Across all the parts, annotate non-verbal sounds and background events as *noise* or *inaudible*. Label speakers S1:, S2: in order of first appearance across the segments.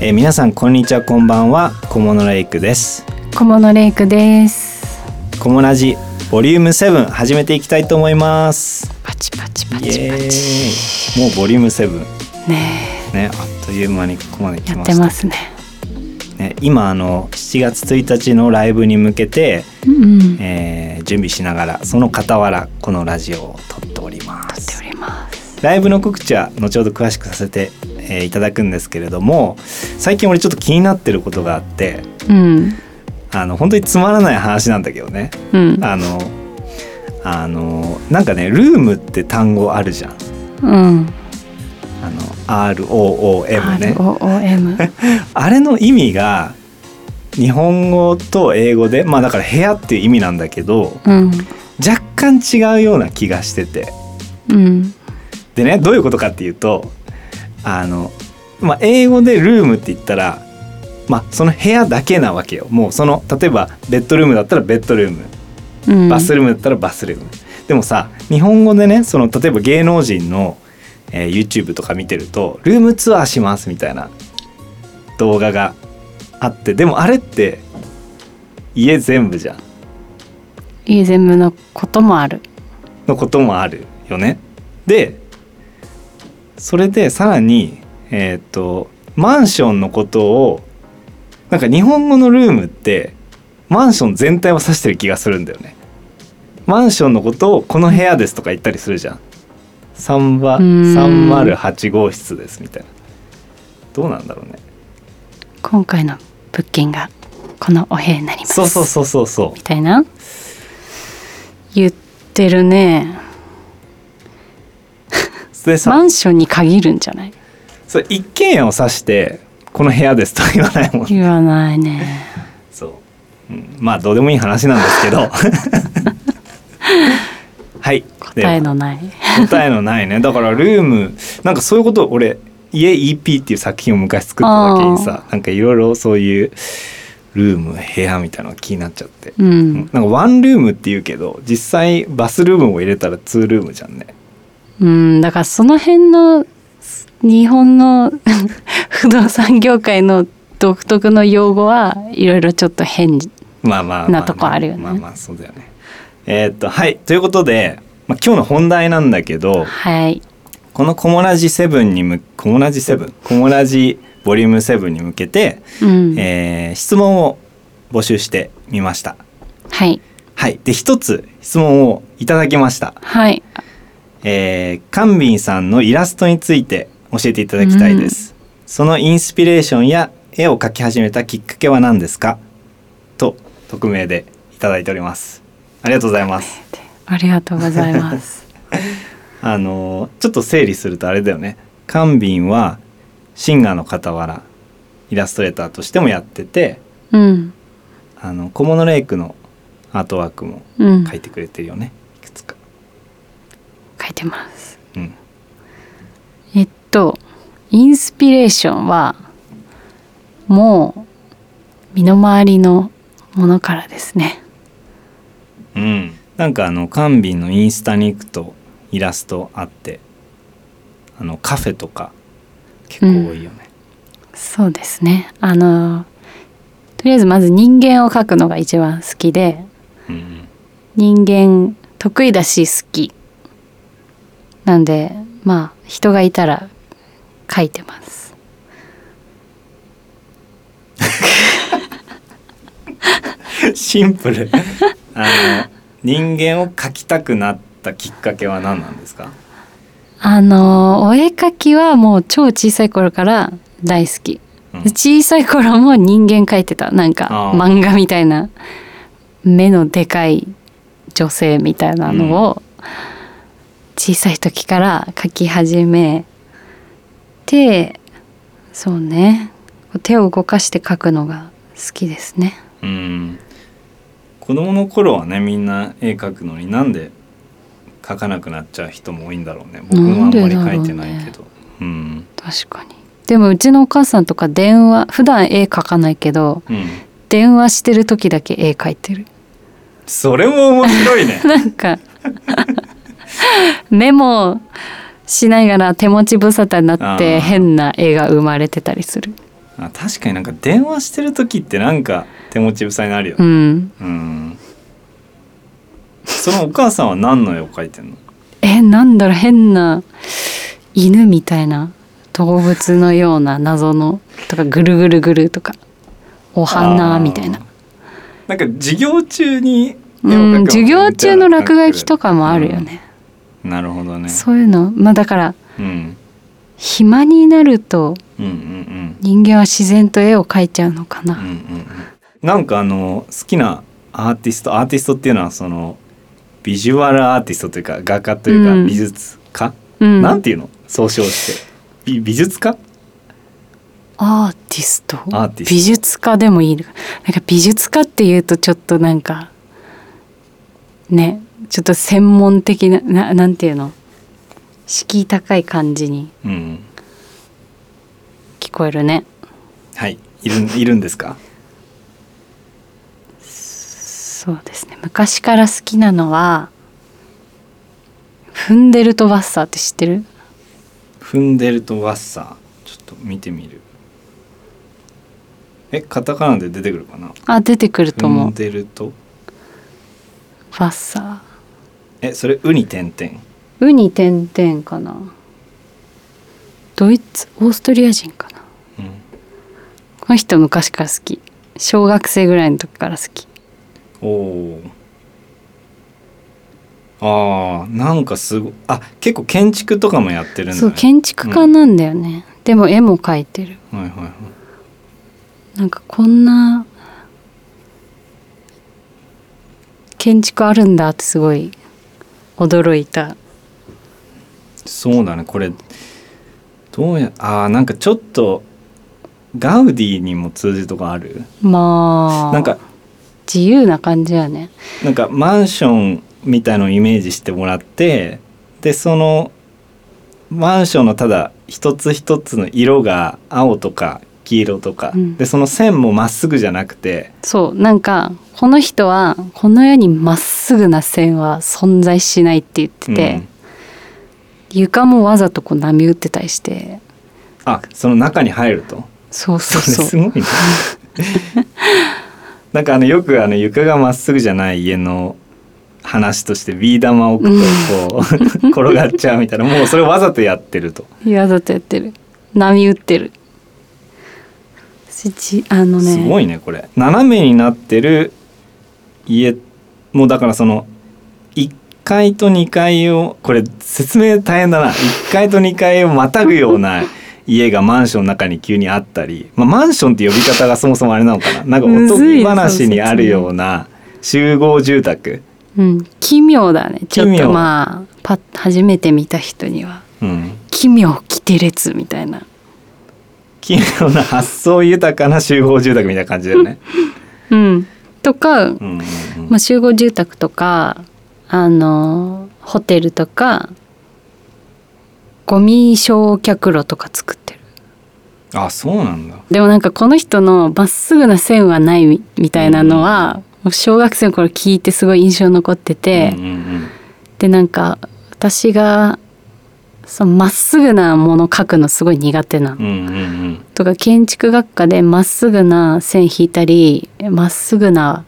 S1: えー皆さんこんにちはこんばんは小物レイクです
S2: 小物レイクです。
S1: 小物ラジボリューム7始めていきたいと思います
S2: パチパチパ
S1: イ
S2: チ
S1: エ
S2: パチ。
S1: ーイもうボリューム7
S2: ね
S1: ねあっという間にここまで
S2: え、
S1: 来
S2: やっ
S1: ま
S2: て
S1: した
S2: ますね。
S1: ね、今あの7月1日のライブに向けて、
S2: うん、うん、や
S1: えー準備しながらその傍らこのラジオを撮っておりま
S2: ってお
S1: す
S2: ります。
S1: ライブの告知は後ほど詳しくさせて、えーいただくんですけれども最近俺ちょっと気になってることがあって
S2: うん、
S1: あの本当につまらない話なんだけどね
S2: うん、
S1: あのあのなんかねルームって単語あるじゃん
S2: うん。
S1: あの ROOM ね
S2: R O O
S1: *laughs*
S2: M。
S1: あれの意味が日本語と英語でまあだから部屋っていう意味なんだけど
S2: うん、
S1: 若干違うような気がしてて
S2: うん、
S1: でねどういうことかっていうとあの、まあ、英語でルームって言ったら、まあ、その部屋だけなわけよもうその例えばベッドルームだったらベッドルーム
S2: うん。
S1: バスルームだったらバスルーム、でもさ日本語でねその例えば芸能人の、えー YouTube とか見てるとルームツアーしますみたいな動画があってでもあれって家全部じゃん
S2: イーゼムのこともある。
S1: のこともあるよね。でそれでさらにえっ、とマンションのことをなんか日本語のルームってマンション全体を指してる気がするんだよね。マンションのことをこの部屋ですとか言ったりするじゃん。三番
S2: うーん
S1: 308号室ですみたいな。どうなんだろうね。
S2: 今回の物件がこのお部屋になります。
S1: そうそうそうそうそう
S2: み。たいな。言ってるね。
S1: でさ
S2: マンションに限るんじゃない。
S1: それ一軒家を指してこの部屋ですとは言わないもんね
S2: 言わないね。
S1: そう、うん、まあどうでもいい話なんですけ
S2: *laughs*
S1: どはい
S2: 答
S1: で
S2: えのない。
S1: 答えのないねだからルームなんかそういうことを俺「家 EP」っていう作品を昔作った時にさなんかいろいろそういうルーム部屋みたいなのが気になっちゃって、
S2: う
S1: うん
S2: ん。
S1: なんかワンルームっていうけど実際バスルームを入れたらツールームじゃんね
S2: うん、だからその辺のす日本の *laughs* 不動産業界の独特の用語はいろいろちょっと変
S1: まあまあまあまあ
S2: なとこあるよね
S1: まあまあそうだよねえーっとはいということで、まあ、今日の本題なんだけど
S2: はい
S1: このコモラジ7にむコモラジ7コモラジボリューム7に向けて、
S2: うん、
S1: えー質問を募集してみました
S2: はい
S1: はいで一つ質問をいただきました
S2: はい
S1: えーカンビンさんのイラストについて教えていただきたいです、そのインスピレーションや絵を描き始めたきっかけは何ですかと匿名でいただいておりますありがとうございます
S2: ありがとうございます
S1: *laughs* あのーちょっと整理するとあれだよねカンビンはシンガーの傍らイラストレーターとしてもやってて
S2: うん
S1: あの小物レイクのアートワークも
S2: うん
S1: 書いてくれてるよねいくつか。
S2: 書いてます
S1: うん
S2: えっとインスピレーションはもう身の回りのものからですね
S1: うん、なんかあのカンビンのインスタに行くとイラストあってあのカフェとか結構多いよね。
S2: そうですねあのとりあえずまず人間を描くのが一番好きで
S1: うんうん
S2: 人間得意だし好きなんでまあ人がいたら書いてます
S1: *laughs* シンプルあの人間を描きたくなったきっかけは何なんですか
S2: あのお絵描きはもう超小さい頃から大好
S1: うん
S2: き、小さい頃も人間描いてたなんか
S1: あー
S2: 漫画みたいな目のでかい女性みたいなのを小さい時から描き始めてそうね手を動かして描くのが好きですね。
S1: うん子供の頃はねみんな絵描くのになんで描かなくなっちゃう人も多いんだろうね僕もあんまり描いてないけどうん、
S2: 確かにでもうちのお母さんとか電話普段絵描かないけど
S1: うん、
S2: 電話してる時だけ絵描いてる
S1: それも面白いね
S2: *laughs* なんかメモしながら手持ち無沙汰になっ
S1: あー
S2: て変な絵が生まれてたりする
S1: あ確かになんか電話してる時ってなんか手持ち無沙汰になるよ
S2: う
S1: ね
S2: ん
S1: うん、そのお母さんは何の絵を描いてんの
S2: えなんだろう変な犬みたいな動物のような謎のとかぐるぐるぐるとかお花みたい
S1: あ
S2: な
S1: ーなんか授業中に絵を描く
S2: うん
S1: の
S2: 授業中の落書きとかもあるよ、
S1: みたいな感覚
S2: ね、
S1: うんなるほどね
S2: そういうのまあだから
S1: うん、
S2: 暇になると
S1: うんうんうん
S2: 人間は自然と絵を描いちゃうのか
S1: う
S2: な、
S1: んうんうんなんかあの好きなアーティストアーティストっていうのはそのビジュアルアーティストというか画家というか
S2: うん
S1: 美術家、
S2: うん、
S1: なんていうの総称してび美術家
S2: アーティスト
S1: アーティスト
S2: 美術家でもいいのなんか美術家っていうとちょっとなんかねちょっと専門的なななんていうの敷居高い感じに
S1: うん
S2: 聞こえるね
S1: はいいるいるんですか
S2: そうですね昔から好きなのはフンデルトバッサーって知ってる
S1: フンデルト・ワッサーちょっと見てみるえカタカナで出てくるかな
S2: あ出てくる
S1: フ
S2: と思
S1: ン
S2: う
S1: デルト
S2: バッサ
S1: えそれウニ点々
S2: ーウニ点々かなドイツオーストリア人かな
S1: うん
S2: この人昔から好き小学生ぐらいの時から好き
S1: おおあーなんかすごあ結構建築とかもやってるんだ、ね、
S2: そう建築家なんだよね、でも絵も描いてる
S1: はいはいはい
S2: なんかこんな建築あるんだってすごい驚いた
S1: そうだねこれどうやあーなんかちょっとガウディにも通じるとこある
S2: まあ
S1: なんか
S2: 自由な感じやね
S1: なんかマンションみたいのをイメージしてもらってでそのマンションのただ一つ一つの色が青とか黄色とか、
S2: うん
S1: でその線もまっすぐじゃなくて
S2: そうなんかこの人はこの世にまっすぐな線は存在しないって言ってて、
S1: うん
S2: 床もわざとこう波打ってたりして
S1: あその中に入ると
S2: そうそう
S1: それ
S2: そ
S1: す
S2: う *laughs*
S1: ごいねなんかあのよくあの床がまっすぐじゃない家の話としてビー玉を置くとこ
S2: *laughs*
S1: う転がっちゃうみたいなもうそれわざとやってると、
S2: いやわざとやってる波打ってるすちあのね
S1: すごいねこれ斜めになってる家もうだからその1階と2階をこれ説明大変だな1階と2階をまたぐような家がマンションの中に急にあったり、まあ、マンションって呼び方がそもそもあれなのかななんかおと
S2: むずい
S1: ぎ
S2: ね
S1: 話にあるような集合住宅。
S2: うん、奇妙だねちょっ
S1: 奇
S2: と
S1: 妙
S2: まあパッ初めて見た人には
S1: うん
S2: 奇妙奇て列みたいな
S1: 奇妙な発想豊かな集合住宅みたいな感じだよね。
S2: うんとか、
S1: うんうんうん
S2: まあ、集合住宅とかあのホテルとかゴミ焼却炉とか作ってる
S1: あそうなんだ。
S2: でもなんかこの人のまっすぐな線はないみみたいなのは、もう小学生の頃聞いてすごい印象に残ってて、
S1: うんうん
S2: でなんか私がそのまっすぐなもの描くのすごい苦手なの
S1: うんうんうんうん
S2: とか建築学科でまっすぐな線引いたりまっすぐな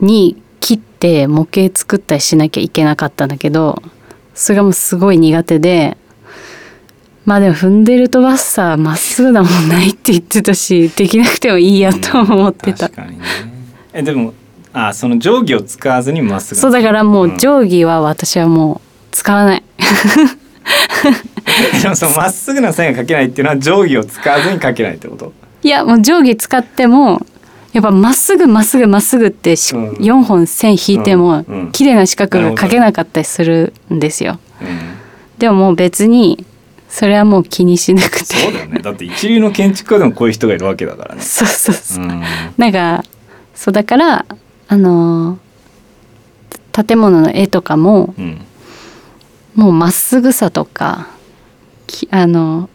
S2: に切って模型作ったりしなきゃいけなかったんだけどそれがもうすごい苦手でまあでも踏んでるとバッサーまっすぐなもんないって言ってたしできなくてもいいやと思ってた、
S1: 確かにね。えでもあその定規を使わずにまっすぐ。
S2: そうだからもう
S1: 定
S2: 定規は私はもう使わない、
S1: 規。で *laughs* もそのまっすぐな線が書けないっていうのは定規を使わずに書けないってこと。
S2: いやもう定規使ってもやっぱまっすぐまっすぐまっすぐってし、
S1: うん
S2: 4本線引いても
S1: うんうん
S2: 綺麗な四角が描けなかったりするんですよ。
S1: うん
S2: でももう別にそれはもう気にしなく
S1: そう
S2: て
S1: だよね。だって一流の建築家でもこういう人がいるわけだからね。
S2: *laughs* そうそうそうう、
S1: ん
S2: なんかそうだからあのー建物の絵とかも
S1: うん
S2: もうまっすぐさとかきひあの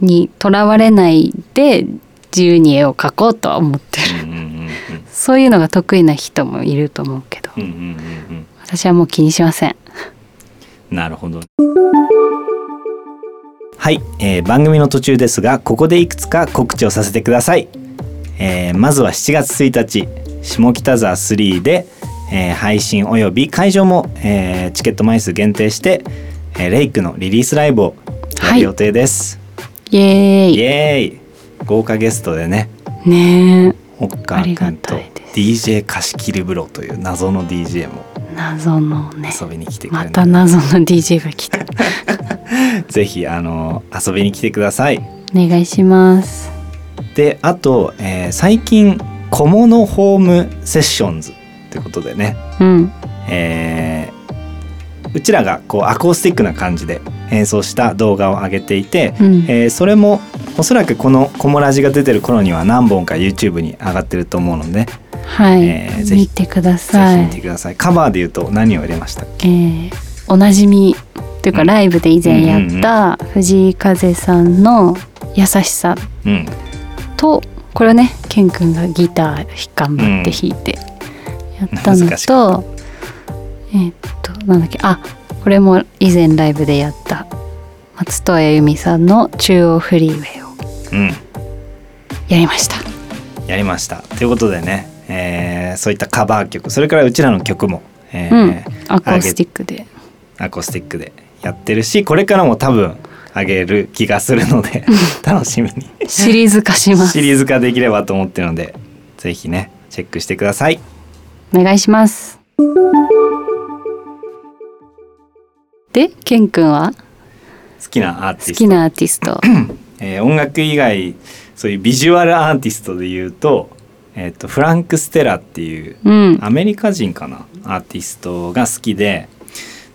S2: にとらわれないで自由に絵を描こうとは思ってる
S1: うんうん
S2: そういうのが得意な人もいると思うけど
S1: うんうんうんうんうん
S2: 私はもう気にしません
S1: うんなるほどはい、えー番組の途中ですがここでいくつか告知をさせてください、えーまずは7月1日下北沢3で、えー配信および会場も、えーチケット枚数限定して、えーレイクのリリースライブをや
S2: は
S1: る
S2: い
S1: 予定です、
S2: イエーイ
S1: イエーイ豪華ゲストでね
S2: ね
S1: 北川君と
S2: ありがたいです
S1: DJ 貸し切り風呂という謎の DJ も
S2: え謎のね
S1: 遊びに来てくれ
S2: ま
S1: る
S2: た
S1: ので、
S2: 謎の DJ が来たお
S1: ぜひあの遊びに来てください
S2: 願いします
S1: であと、えー最近「小物ホームセッションズ」ということでね、
S2: うん
S1: えーうちらがこうアコースティックな感じで演奏した動画を上げていて、
S2: うん
S1: えーそれもおそらくこの「コモラジ」が出てる頃には何本か YouTube に上がってると思うので、
S2: はい、
S1: えーぜひ
S2: 見てくだ
S1: ぜ
S2: さ
S1: ひ
S2: い
S1: 見てくださいカバーで言うと何を入れました
S2: えーおなじみという
S1: う
S2: か
S1: ん
S2: ライブで以前やった藤井風さんの「優しさ
S1: うん、
S2: と」これをねケン君がギター頑張って弾いてやったの
S1: 難しか
S2: と、えーっとなんだっけあこれも以前ライブでやった松任谷由実さんの「中央フリーウェイ」を
S1: うん、
S2: やりました。
S1: やりましたということでね、えーそういったカバー曲それからうちらの曲も、え
S2: う
S1: ー
S2: ん、アコースティックで
S1: アコースティックでやってるしこれからも多分あげる気がするの
S2: *laughs*
S1: で楽しみに
S2: シリーズ化しま
S1: シ
S2: す。
S1: リーズ化できればと思ってるのでぜひねチェックしてください
S2: お願いします。で、ケン君は
S1: 好きなアーテ
S2: 好
S1: ィス
S2: き
S1: ト、
S2: なアーティスト。
S1: えー音楽以外そういうビジュアルアーティストで言うと,、えー、とフランク・ステラっていう
S2: うん。
S1: アメリカ人かなアーティストが好きで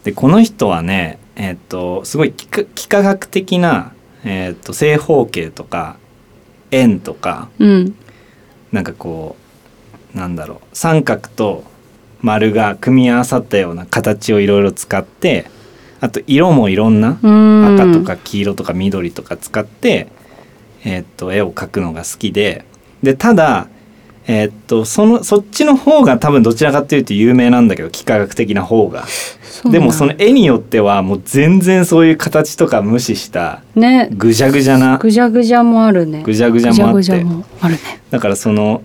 S1: でこの人はねえっ、とすごい幾何幾何学的な、えっと正方形とか円とか
S2: うん。
S1: なんかこうなんだろう三角と丸が組み合わさったような形をいろいろ使ってあと色もいろんな
S2: うん。
S1: 赤とか黄色とか緑とか使って、えーっと絵を描くのが好きででただ、えーっとそのそっちの方が多分どちらかというと有名なんだけど幾何学的な方が
S2: そう
S1: で
S2: なん
S1: もその絵によってはもう全然そういう形とか無視した
S2: ね、
S1: ぐじゃぐじゃな
S2: ぐじゃぐじゃもあるね。
S1: ぐじゃぐじゃもあって
S2: ぐじゃぐじゃもあるね。
S1: だからその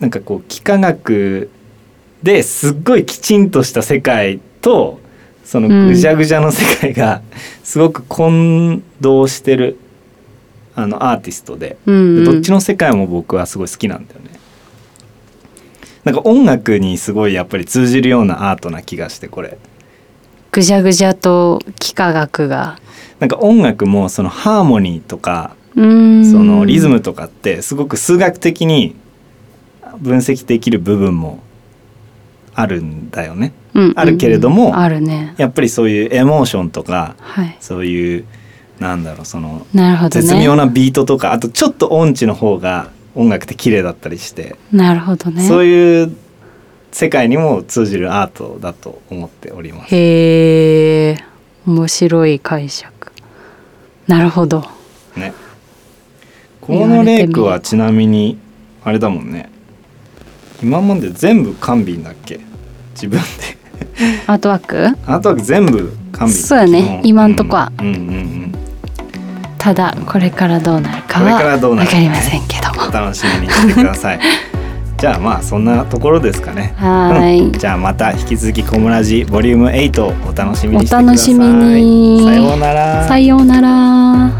S1: なんかこう幾何学ですっごいきちんとした世界とその
S2: うん
S1: ぐじゃぐじゃの世界がすごく混同してるあのアーティストで
S2: うん
S1: で、
S2: うん。
S1: どっちの世界も僕はすごい好きなんだよね。なんか音楽にすごいやっぱり通じるようなアートな気がしてこれ
S2: ぐじゃぐじゃと幾何学が。
S1: なんか音楽もそのハーモニーとか
S2: うん。
S1: そのリズムとかってすごく数学的に分析できる部分もあるんだよね。
S2: うん、うん
S1: あるけれども
S2: うんあるね。
S1: やっぱりそういうエモーションとか
S2: はい。
S1: そういうなんだろうその
S2: なるほどね。
S1: 絶妙なビートとかあとちょっと音痴の方が音楽って綺麗だったりして、
S2: なるほどね。
S1: そういう世界にも通じるアートだと思っております。
S2: へえ面白い解釈なるほど
S1: ね。このレイクはちなみにあれだもんね今まで全部完備だっけ自分で。
S2: アートワーク
S1: あとは全部完備
S2: そうやね
S1: うん
S2: 今んとこは
S1: うんうんうん
S2: ただこれからどうなるか
S1: これ
S2: は
S1: からどうな
S2: わ
S1: るか
S2: かりませんけど
S1: お
S2: も
S1: 楽しみにしてくだ
S2: *laughs*
S1: さいじゃあまあそんなところですかね
S2: はーい
S1: うんじゃあまた引き続き「コムラジボリューム8をお楽しみにしてください
S2: お楽しみに
S1: さようなら
S2: さようなら